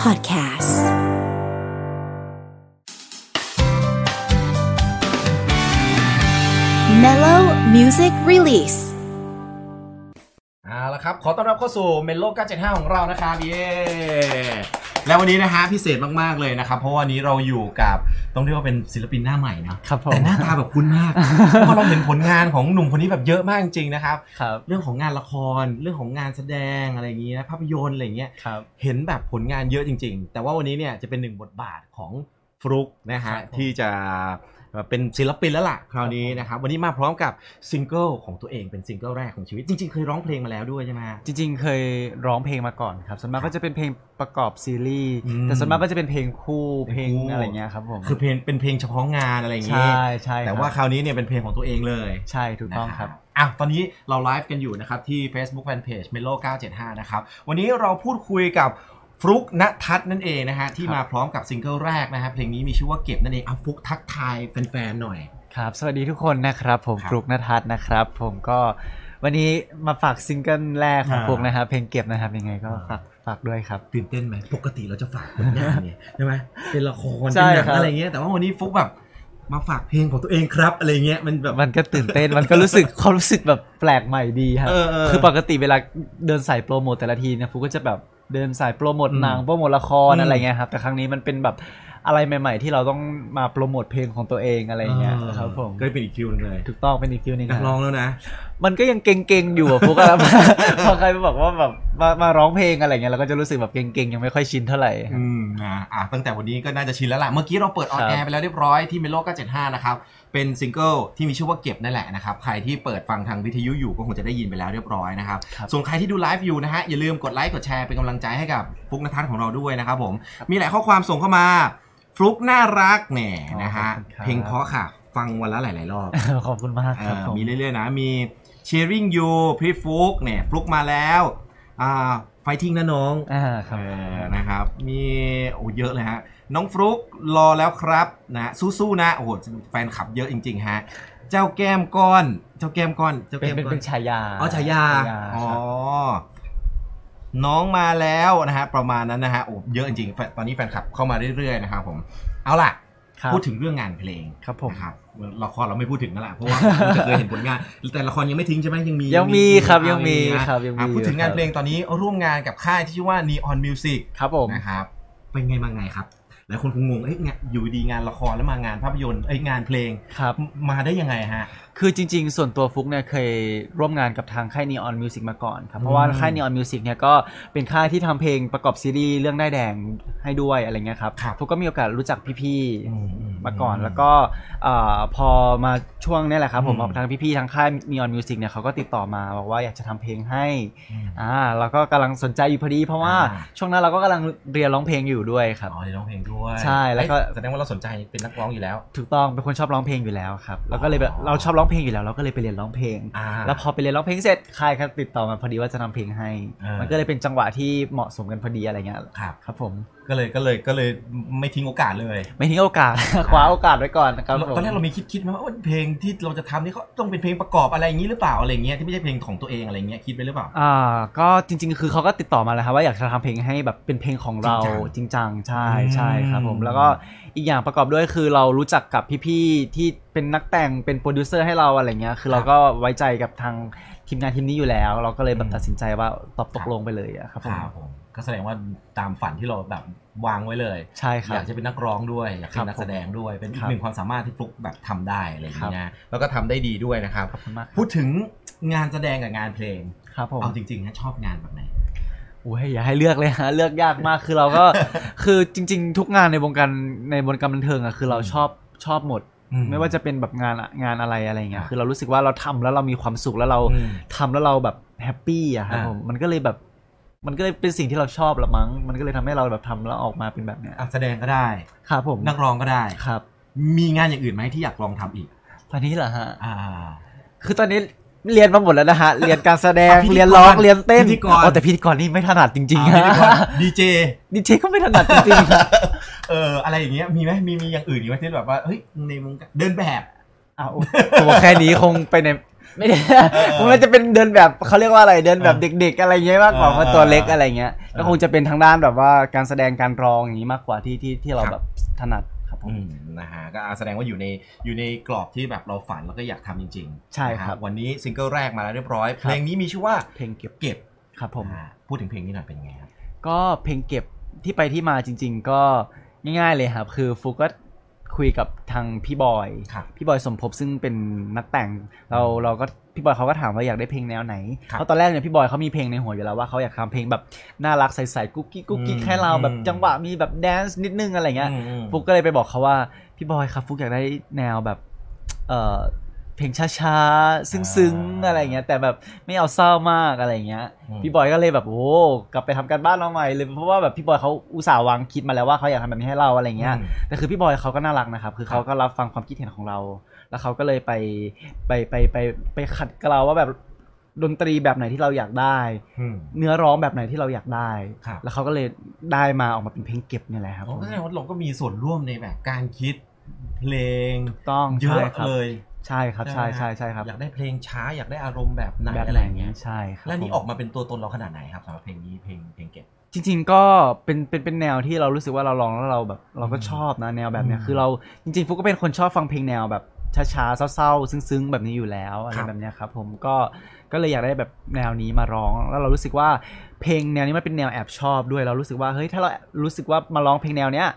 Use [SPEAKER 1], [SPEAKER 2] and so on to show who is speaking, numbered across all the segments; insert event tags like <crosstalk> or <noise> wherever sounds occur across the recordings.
[SPEAKER 1] Podcast Mellow Music Release
[SPEAKER 2] เอาละครับ ขอต้อนรับเข้าสู่เมนโล975 ของเรานะครับ เย้ แล้ววันนี้นะฮะพิเศษมาก ๆ เลยนะครับ เพราะวันนี้เราอยู่กับต้องเรียกว่าเป็นศิลปินหน้าใหม่นะครับ
[SPEAKER 3] ผม
[SPEAKER 2] แต่หน้าตาแบบคุ้นมาก เพราะเราเห็นผลงานของหนุ่มคนนี้แบบเยอะมากจริงๆนะครับ
[SPEAKER 3] ครับ
[SPEAKER 2] เรื่องของงานละคร เรื่องของงานแสดงอะไรอย่างเงี้ยภาพยนตร์อะไรอย่างเงี้ย
[SPEAKER 3] ครับ
[SPEAKER 2] เห็นแบบผลงานเยอะจริง ๆ แต่ว่าวันนี้เนี่ยจะเป็นหนึ่งบทบาทของฟลุกนะ
[SPEAKER 3] ครั
[SPEAKER 2] ฮะ
[SPEAKER 3] บผม
[SPEAKER 2] ที่จะเป็นศิลปินแล้วล่ะคราวนี้
[SPEAKER 3] ครับผม
[SPEAKER 2] นะครับวันนี้มาพร้อมกับซิงเกิลของตัวเองเป็นซิงเกิลแรกของชีวิต จริง ๆ เคยร้องเพลงมาแล้วด้วยใช่ไหม
[SPEAKER 3] จริงๆ เคยร้องเพลงมาก่อนครับส่วนมากก็จะเป็นเพลงประกอบซีรีส์
[SPEAKER 2] อืม
[SPEAKER 3] แต่ส่วนมากก็จะเป็นเพลงคู่
[SPEAKER 2] เพ
[SPEAKER 3] เพ
[SPEAKER 2] ล
[SPEAKER 3] ล
[SPEAKER 2] ง
[SPEAKER 3] ง
[SPEAKER 2] คู่
[SPEAKER 3] อะไรเงี้ยครับผม
[SPEAKER 2] คือเพลงเป็นเพลงเฉพาะงานอะไรอย่าง
[SPEAKER 3] ใช
[SPEAKER 2] นี้
[SPEAKER 3] ่ใช่
[SPEAKER 2] แต่
[SPEAKER 3] ครับ
[SPEAKER 2] ว่าคราวนี้เนี่ยเป็นเพลงของตัวเองเลย
[SPEAKER 3] ใช่ถูกต้องครับ
[SPEAKER 2] นะอ่ะตอนนี้เราไลฟ์กันอยู่นะครับที่ Facebook Fanpage Melo 975 นะครับวันนี้เราพูดคุยกับฟลุกณทัศน์นั่นเองนะฮะที่
[SPEAKER 3] ครับ
[SPEAKER 2] มาพร้อมกับซิงเกิลแรกนะฮะเพลงนี้มีชื่อว่าเก็บนั่นเองเอาฟลุกทักทายแฟนๆหน่อย
[SPEAKER 3] ครับสวัสดีทุกคนนะครับผม
[SPEAKER 2] ครับ
[SPEAKER 3] ฟลุกนทัศน์นะครับ ผมก็วันนี้มาฝากซิงเกิลแรกของ
[SPEAKER 2] อ่า
[SPEAKER 3] ฟลุกนะครับเพลงเก็บนะครับยังไงก็ฝากฝากด้วยครับ
[SPEAKER 2] ตื่นเต้นไหมปกติเราจะฝากผลงานเนี่ย <laughs> ใช่ไหมเป็นละคร
[SPEAKER 3] ใช่
[SPEAKER 2] เป็นหนัง
[SPEAKER 3] ครับ
[SPEAKER 2] อะไรเงี้ยแต่ว่าวันนี้ฟุกแบบมาฝากเพลงของตัวเองครับอะไรเงี้ยมันแบบ
[SPEAKER 3] มันก็ตื่นเต้น มันก็รู้สึก <laughs> ความรู้สึกแบบแปลกใหม่ดีครับ
[SPEAKER 2] เออเออ
[SPEAKER 3] คือปกติเวลาเดินสายโปรโมทแต่ละทีเนะฟูก็จะแบบเดินสายโปรโมทหนัง
[SPEAKER 2] อืม
[SPEAKER 3] โปรโมทละครอะไรเงี้ยครับแต่ครั้งนี้มันเป็นแบบอะไรใหม่ ๆ ที่เราต้องมาโปรโมทเพลงของตัวเองอะไรเงี้ยครับผม
[SPEAKER 2] ก็เป็นอีกคิวหนึงเลย
[SPEAKER 3] ถูกต้องเป็นอีกฟิลหนึง
[SPEAKER 2] นัก
[SPEAKER 3] ค
[SPEAKER 2] ร้
[SPEAKER 3] รั
[SPEAKER 2] อบ งแล้วนะ
[SPEAKER 3] มันก็ยังเก่งๆอยู่อะ <laughs> พวก พอใครมาบอกว่าแบบมามาร้องเพลงอะไรเงี้ยเราก็จะรู้สึกแบบเก่งๆยังไม่ค่อยชินเท่าไหร่
[SPEAKER 2] อืมนะอ่ะตั้งแต่วันนี้ก็น่าจะชินแล้วล่ะ เมื่อกี้เราเปิดออน
[SPEAKER 3] ครับ
[SPEAKER 2] แอร์ไปแล้วเรียบร้อยที่เมโล975 นะครับ เป็นซิงเกิลที่มีชื่อว่าเก็บนั่นแหละนะครับ ใครที่เปิดฟังทางวิทยุอยู่ก็คงจะได้ยินไปแล้วเรียบร้อยนะครับ
[SPEAKER 3] ครับ
[SPEAKER 2] ส่วนใครที่ดูไลฟ์อยู่นะฮะ อย่าลืมกดไลค์กดแชร์เป็นกำลังใจให้กับฟลุกนทัศน์ของเราด้วยนะครับผม มีหลายข้อความส่งเข้ามาฟลุกน่ารักแหน่นะฮะ
[SPEAKER 3] ขอบคุณครับ
[SPEAKER 2] เพลงเพราะค่ะ ฟังวันละหลาย ๆ รอบ
[SPEAKER 3] ขอบคุณมากครับ
[SPEAKER 2] เอ่อ
[SPEAKER 3] ผม
[SPEAKER 2] มีเรื่อยๆนะ มี sharing you พี่ฟลุกเนี่ยฟลุกมาแล้วอ่า fighting นะน้อง
[SPEAKER 3] อ่าครับ
[SPEAKER 2] เออนะครับ มีโอ้เยอะเลยฮะ น้องฟลุกรอแล้วครับนะสู้ๆนะโอ้โหแฟนคลับเยอะจริงๆฮะ เจ้าแก้มก้อน เจ้าแก้มก้อน เจ้า
[SPEAKER 3] เป็น
[SPEAKER 2] แก้ม
[SPEAKER 3] เป็น
[SPEAKER 2] ก้อ
[SPEAKER 3] เป็น นฉายา
[SPEAKER 2] อ๋อฉายาอ๋อ
[SPEAKER 3] ครับ
[SPEAKER 2] น้องมาแล้วนะฮะประมาณนั้นนะฮะโอ้เยอะจริงๆแฟนตอนนี้แฟนคลับเข้ามาเรื่อยๆนะครับผมเอาล่ะ
[SPEAKER 3] ครับ
[SPEAKER 2] พูดถึงเรื่องงานเพลง
[SPEAKER 3] ครับผม
[SPEAKER 2] นะครับละครเราไม่พูดถึงนั่นแหละเพราะ <laughs> ว่าเราจะเคยเห็นผลงาน แต่ละครยังไม่ทิ้งใช่ไหมยังมี
[SPEAKER 3] ยังมีครับ
[SPEAKER 2] อ่ะ
[SPEAKER 3] ยังมี
[SPEAKER 2] นะครับ
[SPEAKER 3] ยังมี
[SPEAKER 2] อ่ะพูดถึงงาน
[SPEAKER 3] ครับ
[SPEAKER 2] เพลงตอนนี้ร่วมงานกับค่ายที่ชื่อว่า Neon Music
[SPEAKER 3] ครับผม
[SPEAKER 2] นะครับ เป็นไงมาไงครับ หลายคนคงงงเอ้ยงานอยู่ดีงานละครแล้วมางานภาพยนตร์เอ้ยงานเพลง
[SPEAKER 3] ครับ
[SPEAKER 2] มาได้ยังไงฮะ
[SPEAKER 3] คือจริง ๆ ส่วนตัวฟุกเนี่ยเคยร่วมงานกับทางค่าย Neon Music มาก่อนครับ เพ
[SPEAKER 2] อื
[SPEAKER 3] ราะ
[SPEAKER 2] ม
[SPEAKER 3] ว่าค่าย Neon Music เนี่ยก็เป็นค่ายที่ทำเพลงประกอบซีรีส์เรื่องได้ายแดงให้ด้วยอะไรเงี้ยครับ
[SPEAKER 2] ครับ
[SPEAKER 3] ฟุกก็มีโอกาสรู้จักพี่
[SPEAKER 2] อื
[SPEAKER 3] ๆ
[SPEAKER 2] อื
[SPEAKER 3] มาก่อนแล้วก็เอ่อพอมาช่วงเนี้แหละครับผม
[SPEAKER 2] อืม
[SPEAKER 3] ทางพี่ๆทางค่าย Neon Music เนี่ยเขาก็ติดต่อมาบอกว่าอยากจะทำเพลงให้
[SPEAKER 2] อืม
[SPEAKER 3] อ่าแล้วก็กำลังสนใจอยู่พอดี เพราะว่า
[SPEAKER 2] อ่า
[SPEAKER 3] ช่วงนั้นเราก็กำลังเรียนร้องเพลงอยู่ด้วยครับ
[SPEAKER 2] อ๋อเดี๋ยวร้องเพลงด้วย
[SPEAKER 3] ใช่แล้วก็
[SPEAKER 2] เอ้ยแสดงว่าเราสนใจเป็นนักร้องอยู่แล้ว
[SPEAKER 3] ถูกต้องเป็นคนชอบร้องเพลงอยู่แล้วครับแล้วก็เลยแบบ
[SPEAKER 2] อ๋อ
[SPEAKER 3] เราชอบร้องเพลงอยู่แล้วเราก็เลยไปเรียนร้องเพลง
[SPEAKER 2] อ่า
[SPEAKER 3] แล้วพอไปเรียนร้องเพลงเสร็จค่ายครับติดต่อมาพอดีว่าจะทำเพลงให้
[SPEAKER 2] เออ
[SPEAKER 3] มันก็เลยเป็นจังหวะที่เหมาะสมกันพอดีอะไรเงี้ย
[SPEAKER 2] ครับ
[SPEAKER 3] ครับผม
[SPEAKER 2] ก็เลยก็เลยก็เลยไม่ทิ้งโอกาสเลย
[SPEAKER 3] ไม่ทิ้งโอกาส คว้าโอกาสไว้ก่อนนะครับผม
[SPEAKER 2] ตอนแรกเรามีคิดคิดไหมว่าเอ้ยเพลงที่เราจะทำนี่เขาต้องเป็นเพลงประกอบอะไรอย่างนี้หรือเปล่าอะไรอย่างเงี้ยที่ไม่ใช่เพลงของตัวเองอะไรอย่างเงี้ยคิดไปหรือเปล่า
[SPEAKER 3] อ่าก็จริง ๆ คือเขาก็ติดต่อมาแล้วครับว่าอยากจะทำเพลงให้แบบเป็นเพลงของเราจริงจังใช่ใช่ครับผม
[SPEAKER 2] อืม
[SPEAKER 3] แล้วก็อีกอย่างประกอบด้วยคือเรารู้จักกับพี่ๆที่เป็นนักแต่งเป็นโปรดิวเซอร์ให้เราอะไรเงี้ยคือเราก็ไว้ใจกับทางทีมงานทีมนี้อยู่แล้ว เราก็เลยแบบตัดสินใจว่าตอบตกลงไปเลยอะครับผม
[SPEAKER 2] ครับผมก็แสดงว่าตามฝันที่เราแบบวางไว้เลย
[SPEAKER 3] ใช่ค
[SPEAKER 2] อ
[SPEAKER 3] รั
[SPEAKER 2] ยา
[SPEAKER 3] บ
[SPEAKER 2] กจะเป็นนักร้องด้วยอยาก
[SPEAKER 3] ค
[SPEAKER 2] เป็
[SPEAKER 3] รั
[SPEAKER 2] น
[SPEAKER 3] บ
[SPEAKER 2] นักแสดงด้วยเป็นอี
[SPEAKER 3] ค
[SPEAKER 2] ก
[SPEAKER 3] รับ
[SPEAKER 2] หนึ่งความสามารถที่ฟลุกแบบทำได้อะไรอย่าง
[SPEAKER 3] ครับ
[SPEAKER 2] เงี้ยนะแล้วก็ทำได้ดีด้วยนะครับ
[SPEAKER 3] ขอบคุณมาก
[SPEAKER 2] พูดถึงงานแสดงกับงานเพลง
[SPEAKER 3] ครับผม
[SPEAKER 2] เอาจริงๆนะชอบงานแบบไหน
[SPEAKER 3] โอ้ยอย่าให้เลือกเลยฮ <laughs> ะเลือกยากมากคือเรา
[SPEAKER 2] <laughs>
[SPEAKER 3] ก็ คือจริง ๆ ทุกงานในวงการในวงการบันเทิงอะคือเราชอบชอบหมด ไม่ว่าจะเป็นแบบงานงานอะไรอะไรเงี้
[SPEAKER 2] ครับ
[SPEAKER 3] ยคือเรารู้สึกว่าเราทำแล้วเรามีความสุขแล้วเรา
[SPEAKER 2] อืม
[SPEAKER 3] ทำแล้วเราแบบแฮปปี้อะครับ
[SPEAKER 2] อ่า
[SPEAKER 3] ผมมันก็เลยแบบ มันก็เลยเป็นสิ่งที่เราชอบละมั้งมันก็เลยทำให้เราแบบทำแล้วออกมาเป็นแบบเนี้ย
[SPEAKER 2] อ่ะแสดงก็ได้
[SPEAKER 3] ครับผม
[SPEAKER 2] นักร้องก็ได้
[SPEAKER 3] ครับ
[SPEAKER 2] มีงานอย่างอื่นไหมที่อยากลองทำอีก
[SPEAKER 3] ตอนนี้เหรอฮะ
[SPEAKER 2] อ่า
[SPEAKER 3] คือตอนนี้เรียนมาหมดแล้วนะฮะเรียนการแสดง
[SPEAKER 2] อ่ะพิธีกร
[SPEAKER 3] เรียนร้องเรียนเต้น
[SPEAKER 2] พิธีกร
[SPEAKER 3] อ๋อแต่พิธีกรนี่ไม่ถนัดจริงๆ
[SPEAKER 2] อ่า
[SPEAKER 3] ฮะ <laughs>
[SPEAKER 2] ดีเจ
[SPEAKER 3] ดิเจก็ไม่ถนัดจริงๆ
[SPEAKER 2] เอออะไรอย่างเงี้ยมีไหมมีมีอย่างอื่นอีกไหมที่แบบว่าเฮ้ยในวงการเดินแบบ
[SPEAKER 3] อ้าวตัวแค่นี้คงไปใน ไม่
[SPEAKER 2] <laughs>
[SPEAKER 3] ได้ ผมน่าจะเป็นเดินแบบเขาเรียกว่าอะไรเดินแบบเด็ก ๆ อะไรเงี้ยมากกว่า
[SPEAKER 2] เออ
[SPEAKER 3] เพราะตัวเล็กอะไรเงี้ยแล้วคงจะเป็นทางด้านแบบว่าการแสดงการร้องอย่างนี้มากกว่าที่ที่ที่เรา
[SPEAKER 2] ครับ
[SPEAKER 3] แบบถนัดครับผม
[SPEAKER 2] อืมนะฮะก็แสดงว่าอยู่ในอยู่ในกรอบที่แบบเราฝันแล้วก็อยากทำจริงๆ
[SPEAKER 3] ใช่ครับ
[SPEAKER 2] นะฮะวันนี้ซิงเกิลแรกมาแล้วเรียบร้อย
[SPEAKER 3] ค
[SPEAKER 2] เพ
[SPEAKER 3] รับ
[SPEAKER 2] ลงนี้มีชื่อว่า
[SPEAKER 3] เพลงเก็บ
[SPEAKER 2] เก็บ
[SPEAKER 3] ครับผม
[SPEAKER 2] อ่าพูดถึงเพลงนี้หน่อยเป็นไงครับ
[SPEAKER 3] ก็เพลงเก็บที่ไปที่มาจริง ๆ ก็ง่าย ๆ เลยครับคือฟุกก็คุยกับทางพี่บอย
[SPEAKER 2] ครับ
[SPEAKER 3] พี่บอยสมภพซึ่งเป็นนักแต่ง เราเราก็พี่บอยเขาก็ถามว่าอยากได้เพลงแนวไหน
[SPEAKER 2] ครับ
[SPEAKER 3] เพราะตอนแรกเนี่ยพี่บอยเขามีเพลงในหัวอยู่แล้วว่าเขาอยากทำเพลงแบบน่ารักใสๆกุ๊กกิ๊กกุ๊กกิ๊ก
[SPEAKER 2] อืม
[SPEAKER 3] ให้เราแบบ
[SPEAKER 2] อืม
[SPEAKER 3] จังหวะมีแบบแดนซ์นิดนึงอะไรเงี้ย
[SPEAKER 2] อืม
[SPEAKER 3] ฟุกก็เลยไปบอกเขาว่าพี่บอยครับฟุกอยากได้แนวแบบเอ่อเพลงช้าๆ ซึ้งๆ
[SPEAKER 2] อ่า
[SPEAKER 3] อะไรเงี้ยแต่แบบไม่เอาเศร้ามากอะไรเงี้ย
[SPEAKER 2] อืม
[SPEAKER 3] พี่บอยก็เลยแบบโอ้กลับไปทำการบ้านเราใหม่เลยเพราะว่าแบบพี่บอยเขาอุตส่าห์วางคิดมาแล้วว่าเขาอยากทำแบบนี้ให้เราอะไรเงี้ย
[SPEAKER 2] อืม
[SPEAKER 3] แต่คือพี่บอยเขาก็น่ารักนะครับ คือเขาก็รับฟังความคิดเห็นของเรา แล้วเขาก็เลยไปไปไปไปไปขัดเกลาว่าแบบดนตรีแบบไหนที่เราอยากได้
[SPEAKER 2] อืม
[SPEAKER 3] เนื้อร้องแบบไหนที่เราอยากได้
[SPEAKER 2] ครับ
[SPEAKER 3] แล้วเขาก็เลยได้มาออกมาเป็นเพลงเก็บเนี่ยแหละครับ
[SPEAKER 2] อ๋อ
[SPEAKER 3] ผม
[SPEAKER 2] ก็แสดงว่าเราก็มีส่วนร่วมในแบบการคิดเพลง
[SPEAKER 3] ต้อง
[SPEAKER 2] เยอะ
[SPEAKER 3] ใช่ครับ
[SPEAKER 2] เลย
[SPEAKER 3] ใช่ครับใช่
[SPEAKER 2] ไหม
[SPEAKER 3] ใช่ใช่ครับ
[SPEAKER 2] อยากได้เพลงช้าอยากได้อารมณ์แบบไหน
[SPEAKER 3] แบบ
[SPEAKER 2] อะไร
[SPEAKER 3] ไหน
[SPEAKER 2] อย่างเงี้ย
[SPEAKER 3] ใช่ครับ
[SPEAKER 2] แล้วนี่
[SPEAKER 3] ผม
[SPEAKER 2] ออกมาเป็นตัวตนเราขนาดไหนครับสำหรับเพลงนี้เพลงเพลงเก็บ
[SPEAKER 3] จริง ๆ ก็เป็นเป็นเป็นแนวที่เรารู้สึกว่าเราลองแล้วเราแบบเราก็ชอบนะแนวแบบเนี้ย
[SPEAKER 2] อืม
[SPEAKER 3] คือเราจริง ๆฟุกก็เป็นคนชอบฟังเพลงแนวแบบช้าๆเศร้าๆซึ้งๆแบบนี้อยู่แล้วอะไร
[SPEAKER 2] ครับ
[SPEAKER 3] แบบเนี้ยครับผมก็ก็เลยอยากได้แบบแนวนี้มาร้องแล้วเรารู้สึกว่าเพลงแนวนี้มันเป็นแนวแอบชอบด้วยเรารู้สึกว่าเฮ้ยถ้าเรารู้สึกว่ามาร้องเพลงแนวเนี้ย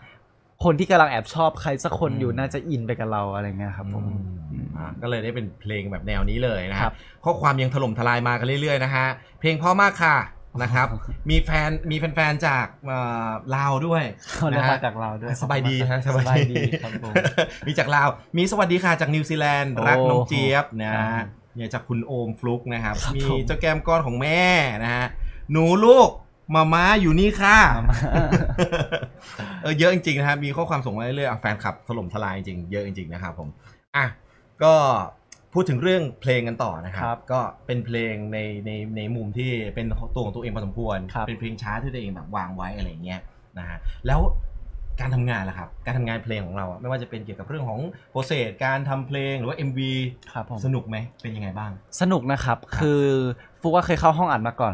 [SPEAKER 3] คนที่กำลังแอบชอบใครสักคนอยู่น่าจะอินไปกับเราอะไรเงี้ยครับผม
[SPEAKER 2] อืมอ่ะก็เลยได้เป็นเพลงแบบแนวนี้เลยนะค
[SPEAKER 3] ครั
[SPEAKER 2] รับบ ข้อความยังถล่มทลายมากันเรื่อยๆนะฮะเพลงเพ่อมากค่ะนะครับ มีแฟนมีแฟนๆจากเอ่อลาวด้วย
[SPEAKER 3] เขาเรียกมาจากลาวด้วย
[SPEAKER 2] สบายดีฮะ
[SPEAKER 3] สบายดีครับผม
[SPEAKER 2] <laughs> มีจากลาว มีสวัสดีค่ะจากนิวซีแลนด์
[SPEAKER 3] โอ้
[SPEAKER 2] รักน้องเจี๊ยบนะครับ เนี่ยจากคุณโอมฟลุกนะครับ
[SPEAKER 3] ครับ
[SPEAKER 2] มี
[SPEAKER 3] ผม
[SPEAKER 2] เจ้าแก้มก้อนของแม่นะฮะหนูลูกมาม้าอยู่นี่ค่ะ <laughs> เออเยอะจริงๆนะครับมีข้อความส่งมาเรื่อยๆอ่ะแฟนคลับถล่มทลายจริงๆเยอะจริงๆนะครับผมอ่ะก็พูดถึงเรื่องเพลงกันต่อนะครับ
[SPEAKER 3] ครับ
[SPEAKER 2] ก็เป็นเพลงในในในมุมที่เป็นตัวของตัวเองพอสมควร
[SPEAKER 3] ครับ
[SPEAKER 2] เป็นเพลงช้าที่ตัวเองแบบวางไว้อะไรอย่างเงี้ยนะฮะแล้วการทำงานล่ะครับ การทำงานเพลงของเราอ่ะไม่ว่าจะเป็นเกี่ยวกับเรื่องของโปรเซสการทำเพลงหรือว่า MV
[SPEAKER 3] ครับผม
[SPEAKER 2] สนุกไหมเป็นยังไงบ้าง
[SPEAKER 3] สนุกนะครับ คือฟุกว่าเคยเข้าห้องอัดมาก่อน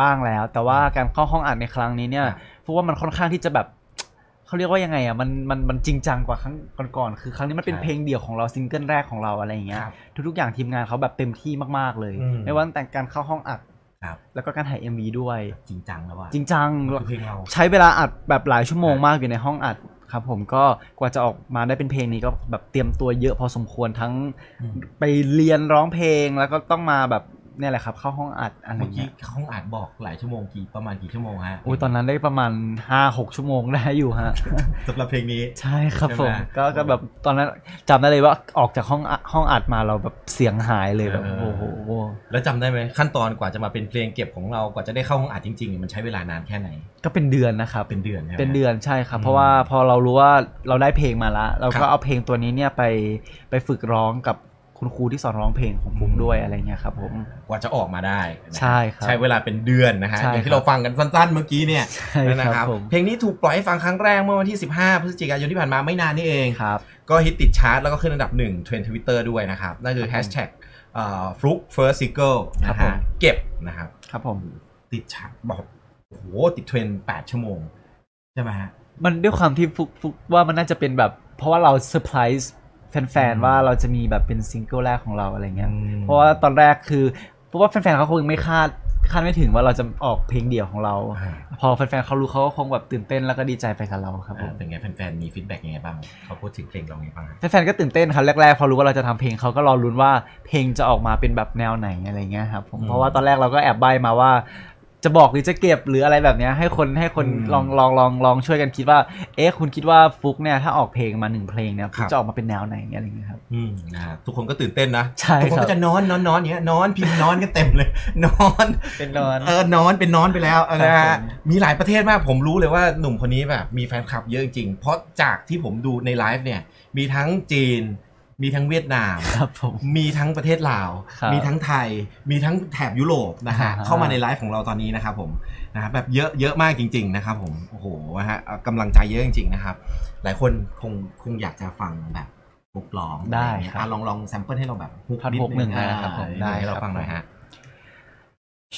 [SPEAKER 3] บ้างแล้ว แต่ว่าการเข้าห้องอัดในครั้งนี้เนี่ย
[SPEAKER 2] ครับ
[SPEAKER 3] ฟุกว่ามันค่อนข้างที่จะแบบเขาเรียกว่ายังไงอ่ะมันมันมันจริงจังกว่าครั้งก่อนๆคือครั้งนี้มันเป็น
[SPEAKER 2] ใช่
[SPEAKER 3] เพลงเดี่ยวของเราซิงเกิลแรกของเราอะไรอย่างเงี้ย
[SPEAKER 2] ครับ
[SPEAKER 3] ทุกๆอย่างทีมงานเขาแบบเต็มที่มากๆเลย
[SPEAKER 2] อืม
[SPEAKER 3] ไม่ว่าตั้งแต่การเข้าห้องอัด
[SPEAKER 2] ครับ
[SPEAKER 3] แล้วก็การถ่าย MV ด้วย
[SPEAKER 2] จริงจังแล้วว่า
[SPEAKER 3] จริงจัง
[SPEAKER 2] เพลงเรา
[SPEAKER 3] ใช้เวลาอัดแบบหลายชั่วโมง
[SPEAKER 2] ครับ
[SPEAKER 3] มากอยู่ในห้องอัดครับผมก็กว่าจะออกมาได้เป็นเพลงนี้ก็แบบเตรียมตัวเยอะพอสมควรทั้ง
[SPEAKER 2] อืม
[SPEAKER 3] ไปเรียนร้องเพลงแล้วก็ต้องมาแบบเนี่ยแหละครับ เข้าห้องอัดอะไร
[SPEAKER 2] เมื่อกี้
[SPEAKER 3] เงี้ย
[SPEAKER 2] ห้องอัดบอกหลายชั่วโมงกี่ประมาณกี่ชั่วโมงฮะ
[SPEAKER 3] โอ้ยตอนนั้นได้ประมาณ 5-6 ชั่วโมงได้อยู่ฮะ
[SPEAKER 2] สำหรับเพลงนี้
[SPEAKER 3] ใช่ครับผม
[SPEAKER 2] ใช่ไหม
[SPEAKER 3] ก็ก็แบบตอนนั้นจำได้เลยว่าออกจากห้องอัดห้องอัดมาเราแบบเสียงหายเลยแบบ
[SPEAKER 2] เออ
[SPEAKER 3] โอ้โห
[SPEAKER 2] แล้วจำได้ไหมขั้นตอนกว่าจะมาเป็นเพลงเก็บของเรากว่าจะได้เข้าห้องอัดจริงๆเนี่ยมันใช้เวลานานแค่ไหน
[SPEAKER 3] ก็เป็นเดือนนะครับ
[SPEAKER 2] เป็นเดือนใช่ไหม
[SPEAKER 3] เป็นเดือนใช่ครับ
[SPEAKER 2] อืม
[SPEAKER 3] เพราะว่าพอเรารู้ว่าเราได้เพลงมาละเรา
[SPEAKER 2] ครั
[SPEAKER 3] ก็
[SPEAKER 2] บ
[SPEAKER 3] เอาเพลงตัวนี้เนี่ยไปไปฝึกร้องกับคุณครูที่สอนร้องเพลงของผม
[SPEAKER 2] อืม
[SPEAKER 3] ด้วยอะไรเงี้ยครับผม
[SPEAKER 2] กว่าจะออกมาได้นะ
[SPEAKER 3] ใช่ครับ
[SPEAKER 2] ใช้เวลาเป็นเดือนนะฮะ
[SPEAKER 3] ใช่
[SPEAKER 2] อย่างที่
[SPEAKER 3] ครับ
[SPEAKER 2] เราฟังกันสั้นๆเมื่อกี้เนี่ย
[SPEAKER 3] ใช่
[SPEAKER 2] นะครับ
[SPEAKER 3] ผม
[SPEAKER 2] เพลงนี้ถูกปล่อยให้ฟังครั้งแรกเมื่อวันที่ 15 พฤศจิกายนที่ผ่านมาไม่นานนี่เอง
[SPEAKER 3] ครับ
[SPEAKER 2] ก็ฮิตติดชาร์ตแล้วก็ขึ้นอันดับหนึ่งเทรนด์ทวิตเตอร์ด้วยนะครับ นั่นคือ
[SPEAKER 3] ครับผ
[SPEAKER 2] แฮช
[SPEAKER 3] ม
[SPEAKER 2] แท็กฟลุกเฟิร์สซิงเกิล
[SPEAKER 3] ครับ
[SPEAKER 2] นะ
[SPEAKER 3] ผ
[SPEAKER 2] ฮะ
[SPEAKER 3] ม
[SPEAKER 2] เก็บนะครับ
[SPEAKER 3] ครับผม
[SPEAKER 2] ติดชาร์ตบอกโอ้โหติดเทรนด์8ชั่วโมงใช่ไหมฮะ
[SPEAKER 3] มันด้วยความที่ฟุกฟุกว่ามันน่าจะเป็นแบบ เพราะว่าเราเซอร์ไพรส์แฟน
[SPEAKER 2] อืม
[SPEAKER 3] ๆว่าเราจะมีแบบเป็นซิงเกิลแรกของเราอะไรเงี้ย
[SPEAKER 2] อืม
[SPEAKER 3] เพราะว่าตอนแรกคือเพราะว่าแฟนๆเขาคงไม่คาดคาดไม่ถึงว่าเราจะออกเพลงเดี่ยวของเรา
[SPEAKER 2] อ่า
[SPEAKER 3] พอแฟนๆเขารู้เขาก็คงแบบตื่นเต้นแล้วก็ดีใจไปกับเราครับผม
[SPEAKER 2] อ่าเป็นไงแฟนๆ มีฟีดแบ็กยังไงบ้าง เขาพูดถึงเพลงเราไงบ้างฮะ
[SPEAKER 3] แฟนๆก็ตื่นเต้นครับแรกๆพอรู้ว่าเราจะทำเพลงเขาก็รอลุ้นว่าเพลงจะออกมาเป็นแบบแนวไหนอะไรเงี้ยครับผมเพราะว่าตอนแรกเราก็แอบใบมาว่า จะบอกหรือจะเก็บหรืออะไรแบบเนี้ยให้คนให้คนลองลองลองลองช่วยกันคิดว่า เอ๊ะคุณคิดว่าฟุกเนี่ยถ้าออกเพลงมาหนึ่งเพลงเนี่ยฟุกจะออกมาเป็นแนวไหนอะไรเงี้ยครับ
[SPEAKER 2] อืมนะฮะทุกคนก็ตื่นเต้นนะ
[SPEAKER 3] ใช่
[SPEAKER 2] ทุกคน
[SPEAKER 3] ครับ
[SPEAKER 2] ก็จะนอนนอนนอนอย่างเงี้ยนอนพิมพ์นอนกันเต็มเลย <laughs> นอน
[SPEAKER 3] เป็นนอน
[SPEAKER 2] เออนอนเป็นนอนไปแล้วเออนะ
[SPEAKER 3] ครั
[SPEAKER 2] ฮะ
[SPEAKER 3] บผม
[SPEAKER 2] มีหลายประเทศมากผมรู้เลยว่าหนุ่มคนนี้แบบมีแฟนคลับเยอะจริงๆเพราะจากที่ผมดูในไลฟ์เนี่ย มีทั้งจีน มีทั้งเวียดนาม
[SPEAKER 3] ครับผม
[SPEAKER 2] มีทั้งประเทศลาว
[SPEAKER 3] ครับ
[SPEAKER 2] มีทั้งไทย มีทั้งแถบยุโรปนะฮะ
[SPEAKER 3] อ่าฮะ
[SPEAKER 2] เข้ามาในไลฟ์ของเราตอนนี้นะครับผมนะฮะแบบเยอะเยอะมากจริง ๆ นะครับผมโอ้โหนะฮะเอากำลังใจเยอะจริง ๆ นะครับ หลายคนคงคงอยากจะฟังแบบ ฮุกร้อง
[SPEAKER 3] ได้
[SPEAKER 2] อะรอย่างเงี้ย
[SPEAKER 3] ครับ
[SPEAKER 2] อ่ะลองลองแซมเปิลให้เราแบบฮุก
[SPEAKER 3] ท่อน
[SPEAKER 2] นิด
[SPEAKER 3] ฮุก
[SPEAKER 2] นึง
[SPEAKER 3] หนึ่งนะครับ
[SPEAKER 2] อ่
[SPEAKER 3] ผม
[SPEAKER 2] ยังง
[SPEAKER 3] ได้
[SPEAKER 2] ให้เรา
[SPEAKER 3] ครับ
[SPEAKER 2] ฟังหน่อยฮะ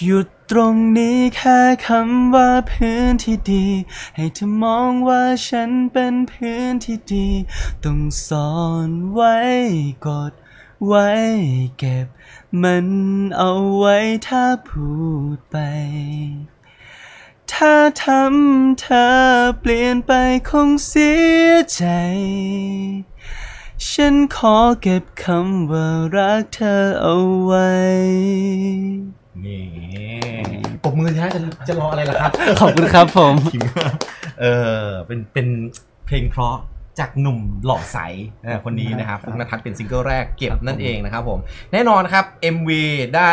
[SPEAKER 3] หยุดตรงนี้แค่คำว่าพื้นที่ดี ให้เธอมองว่าฉันเป็นพื้นที่ดี ต้องซ่อนไว้กดไว้เก็บ มันเอาไว้ถ้าพูดไป ถ้าทำเธอเปลี่ยนไปคงเสียใจ ฉันขอเก็บคำว่ารักเธอเอาไว้
[SPEAKER 2] นี่ปรบมือนะจะจะรออะไรล่ะครับ
[SPEAKER 3] ขอบคุณครับผม
[SPEAKER 2] จริง <laughs> เออเป็นเป็นเพลงเพราะจากหนุ่มหล่อใสเออคน
[SPEAKER 3] <laughs>
[SPEAKER 2] นี้นะครับฟุกนทัศน์เป็นซิงเกิลแรกเก็บนั่นเองนะครับผม แน่นอนครับ MV ได้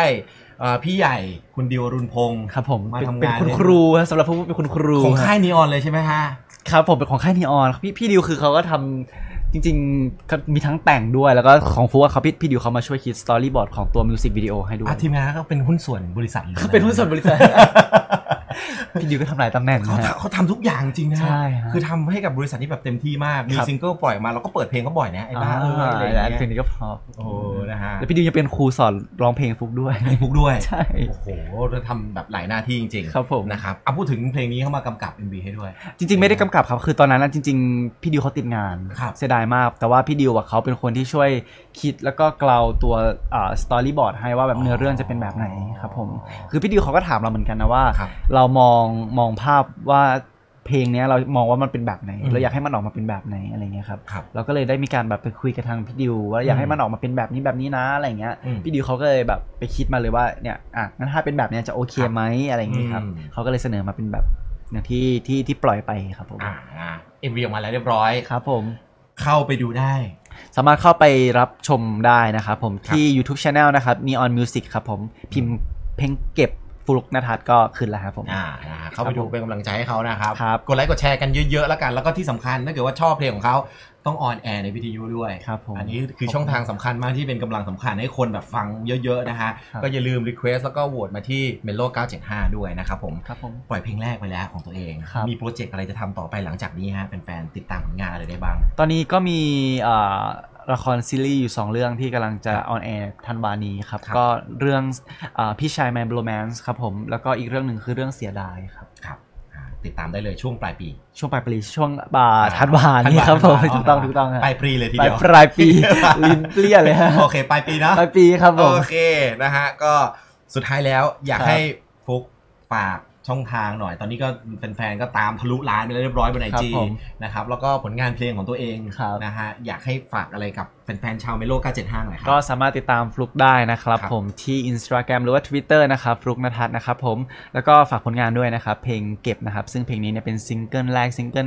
[SPEAKER 2] เอ่อพี่ใหญ่คุณดิวอรุณพงศ์
[SPEAKER 3] ครับผม
[SPEAKER 2] มา
[SPEAKER 3] เป็น
[SPEAKER 2] ทำงาน
[SPEAKER 3] เป็นคุณครูฮะสำหรับผู้เป็นคุณครู
[SPEAKER 2] ของ
[SPEAKER 3] ฮะ
[SPEAKER 2] ค่ายนีออนเลยใช่ไหมฮะ
[SPEAKER 3] ครับผมเป็นของค่ายนีออนพี่พี่ดิวคือเขาก็ทำจริงๆก็มีทั้งแต่งด้วยแล้วก็ของฟูอะเขาพี่พี่ดิวเขามาช่วยคิดสตอรี่บอร์ดของตัวมิวสิกวิดีโอให้ด้วย
[SPEAKER 2] อาทีมงานก็เป็นหุ้นส่วนบริษัทอยู่ะ
[SPEAKER 3] <laughs> เขาเป็นหุ้นส่วนบริษัท พี่ดิวก็ทำหลายตำแหน่ง
[SPEAKER 2] <laughs> เขา
[SPEAKER 3] นะฮะ
[SPEAKER 2] ทำเขาทำทุกอย่างจริงนะ
[SPEAKER 3] ใช่ฮะ
[SPEAKER 2] คือทำให้กับบริษัทที่แบบเต็มที่มาก มี
[SPEAKER 3] ครับ
[SPEAKER 2] ซิงเกิลปล่อยมาเราก็เปิดเพลงก็บ่อยนะไอ้บ้า
[SPEAKER 3] อ่า
[SPEAKER 2] เอ้ยอะไรอย่าง
[SPEAKER 3] แล้วเพล
[SPEAKER 2] เงี้ย
[SPEAKER 3] งนี้ก็พอ
[SPEAKER 2] โอ้นะฮะ
[SPEAKER 3] แล้วพี่ดิวยังเป็นครูสอนร้องเพลงฟุกด้วย
[SPEAKER 2] ไอ้ฟุกด้วย
[SPEAKER 3] ใช่
[SPEAKER 2] โอ้โหเราทำแบบหลายหน้าที่จริงๆ
[SPEAKER 3] ครับผม
[SPEAKER 2] นะครับเอาพูดถึงเพลงนี้เข้ามากำกับ MV ให้ด้วย
[SPEAKER 3] จริงๆไม่ได้กำกับครับคือตอนนั้นนะจริง ๆ พี่ดิวเขาติดงาน
[SPEAKER 2] ครับ
[SPEAKER 3] เสียดายมาก แต่ว่าพี่ดิวอะเขาเป็นคนที่ช่วยคิดแล้วก็กลาวตัวสตอรี่บอร์ดให้ว่าแบบ
[SPEAKER 2] อ๋อ
[SPEAKER 3] เนื้อเรื่องจะเป็นแบบไหนครับผมคือพี่ดิวเขาก็ถามเราเหมือนกันนะว่า
[SPEAKER 2] ครับ
[SPEAKER 3] เรามองมองภาพว่าเพลงเนี้ยเรามองว่ามันเป็นแบบไหน
[SPEAKER 2] อืม
[SPEAKER 3] เราอยากให้มันออกมาเป็นแบบไหนอะไรเงี้ยครับ
[SPEAKER 2] ครับ
[SPEAKER 3] เราก็เลยได้มีการแบบไปคุยกับทางพี่ดิวว่าอยากให้มันออกมาเป็นแบบนี้แบบนี้นะอะไรเงี้ย
[SPEAKER 2] อืม
[SPEAKER 3] พี่ดิวเขาก็เลยแบบไปคิดมาเลยว่าเนี่ยอ่ะงั้นถ้าเป็นแบบเนี้ยจะโอเค
[SPEAKER 2] ครับ
[SPEAKER 3] ไหมอะไรอย่างงี้ครับ
[SPEAKER 2] อืม
[SPEAKER 3] เขาก็เลยเสนอมาเป็นแบบ อย่างที่ที่ที่ปล่อยไปครับผม
[SPEAKER 2] อ่าเอ็มวีออกมาแล้วเรียบร้อย
[SPEAKER 3] ครับผม
[SPEAKER 2] เข้าไปดูได้
[SPEAKER 3] สามารถเข้าไปรับชมได้นะครับผมที่ YouTube Channel นะครับ Neon Music ครับผมพิมพ์เพลงเก็บฟลุกนทัศน์ก็ขึ้นแล้วครับผม
[SPEAKER 2] อ่านะฮะเข้าไปดู
[SPEAKER 3] ครับผม
[SPEAKER 2] เป็นกำลังใจให้เขานะครับ
[SPEAKER 3] ครับ
[SPEAKER 2] กดไลค์กดแชร์กันเยอะๆแล้วกัน แล้วก็ที่สำคัญถ้าเกิดว่าชอบเพลงของเขาต้องออนแอร์ในวิทยุด้วย
[SPEAKER 3] ครับผม
[SPEAKER 2] อันนี้คือช่องทางสำคัญมากที่เป็นกำลังสำคัญให้คนแบบฟังเยอะๆนะฮะ
[SPEAKER 3] ครับ
[SPEAKER 2] ก็อย่าลืมรีเควสแล้วก็โหวตมาที่เมโล975 ด้วยนะครับผม
[SPEAKER 3] ครับผม
[SPEAKER 2] ปล่อยเพลงแรกไปแล้วของตัวเอง
[SPEAKER 3] ครับ
[SPEAKER 2] มีโปรเจกต์อะไรจะทำต่อไปหลังจากนี้ฮะเป็นแฟนๆติดตามผลงานอะไรได้บ้าง
[SPEAKER 3] ตอนนี้ก็มีเอ่อละครซีรีส์อยู่ 2 เรื่องที่กำลังจะออนแอร์ธันวานี้ครับ
[SPEAKER 2] ครับ
[SPEAKER 3] ก็เรื่องเออพี่ชายแมนบลูแมนส์ครับผม แล้วก็อีกเรื่องหนึ่งคือเรื่องเสียดายครับ
[SPEAKER 2] ครับอ่าติดตามได้เลยช่วงปลายปี
[SPEAKER 3] ช่วงปลายปีช่วงบ่าธันวานี้ครับผมถูกต้องถูกต้องฮะ
[SPEAKER 2] ปลายปีเลยที
[SPEAKER 3] ปลาย
[SPEAKER 2] เดียว
[SPEAKER 3] ปลายปีลิ้นเปรี้ยเลยฮะ
[SPEAKER 2] โอเคปลายปีเนาะ
[SPEAKER 3] ปลายปีครับผม
[SPEAKER 2] โอเคนะฮะก็สุดท้ายแล้วอยาก
[SPEAKER 3] ครับ
[SPEAKER 2] ให้ฟุกฝากช่องทางหน่อย ตอนนี้ก็แฟนๆก็ตามทะลุล้านไปแล้วเรียบร้อยบนไอ
[SPEAKER 3] ครับ
[SPEAKER 2] จี
[SPEAKER 3] ผม
[SPEAKER 2] นะครับแล้วก็ผลงานเพลงของตัวเอง
[SPEAKER 3] ครับ
[SPEAKER 2] นะฮะอยากให้ฝากอะไรกับแฟนๆชาวเมโล975หน่อยค
[SPEAKER 3] ก็
[SPEAKER 2] รับ
[SPEAKER 3] สามารถติดตามฟลุกได้นะครับ
[SPEAKER 2] ครับ
[SPEAKER 3] ผมที่ Instagram หรือว่า Twitter นะครับฟลุกนทัศน์นะครับผมแล้วก็ฝากผลงานด้วยนะครับ เพลงเก็บนะครับ ซึ่งเพลงนี้เนี่ยเป็นซิงเกิลแรกซิงเกิล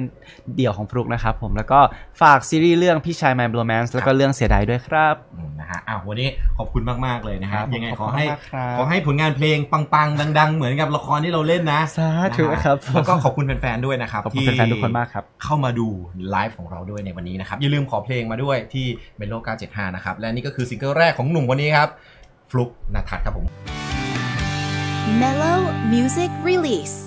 [SPEAKER 3] เดี่ยวของฟลุกนะครับผมแล้วก็ฝากซีรีส์เรื่องพี่ชาย My Bromance แล้ว
[SPEAKER 2] ค
[SPEAKER 3] ก็
[SPEAKER 2] รับ
[SPEAKER 3] เรื่องเสียดายด้วยครับ
[SPEAKER 2] อืมนะฮะอ้าววันนี้ขอบคุณมาก ๆ เลยนะฮะ
[SPEAKER 3] ครับผม
[SPEAKER 2] ยังไง
[SPEAKER 3] ขอ
[SPEAKER 2] ข
[SPEAKER 3] บคุ
[SPEAKER 2] อ
[SPEAKER 3] ณ
[SPEAKER 2] ให้
[SPEAKER 3] มากครับ
[SPEAKER 2] ขอให้ผลงานเพลงปัง ๆ ดัง ๆ เหมือนกับละครที่เราเล่นนะ
[SPEAKER 3] สาธุ
[SPEAKER 2] นะฮะ
[SPEAKER 3] ครับ
[SPEAKER 2] แล้วก็ขอบคุณแฟน ๆ ด้วยนะครับ
[SPEAKER 3] ขอบคุณแฟนๆทุกคนมากครับ
[SPEAKER 2] เข้ามาดูไลฟ์ของเราด้วยในวันนี้นะครับ อย่าลืมขอเพลงมาด้วยที่เมโล975 นะครับ และนี่ก็คือซิงเกิลแรกของหนุ่มคนนี้ครับ ฟลุกนัทัศน์ครับผม
[SPEAKER 1] Mellow Music Release.